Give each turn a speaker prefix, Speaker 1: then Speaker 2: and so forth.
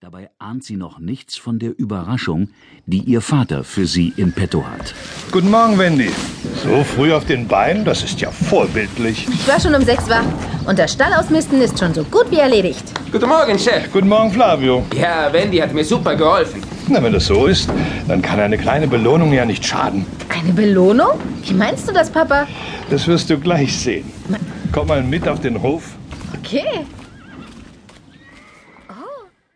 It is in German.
Speaker 1: Dabei ahnt sie noch nichts von der Überraschung, die ihr Vater für sie im Petto hat.
Speaker 2: Guten Morgen, Wendy. So früh auf den Beinen, das ist ja vorbildlich.
Speaker 3: Ich war schon um sechs wach und das Stallausmisten ist schon so gut wie erledigt.
Speaker 4: Guten Morgen, Chef.
Speaker 2: Guten Morgen, Flavio.
Speaker 4: Ja, Wendy hat mir super geholfen.
Speaker 2: Na, wenn das so ist, dann kann eine kleine Belohnung ja nicht schaden.
Speaker 3: Eine Belohnung? Wie meinst du das, Papa?
Speaker 2: Das wirst du gleich sehen. Komm mal mit auf den Hof.
Speaker 3: Okay.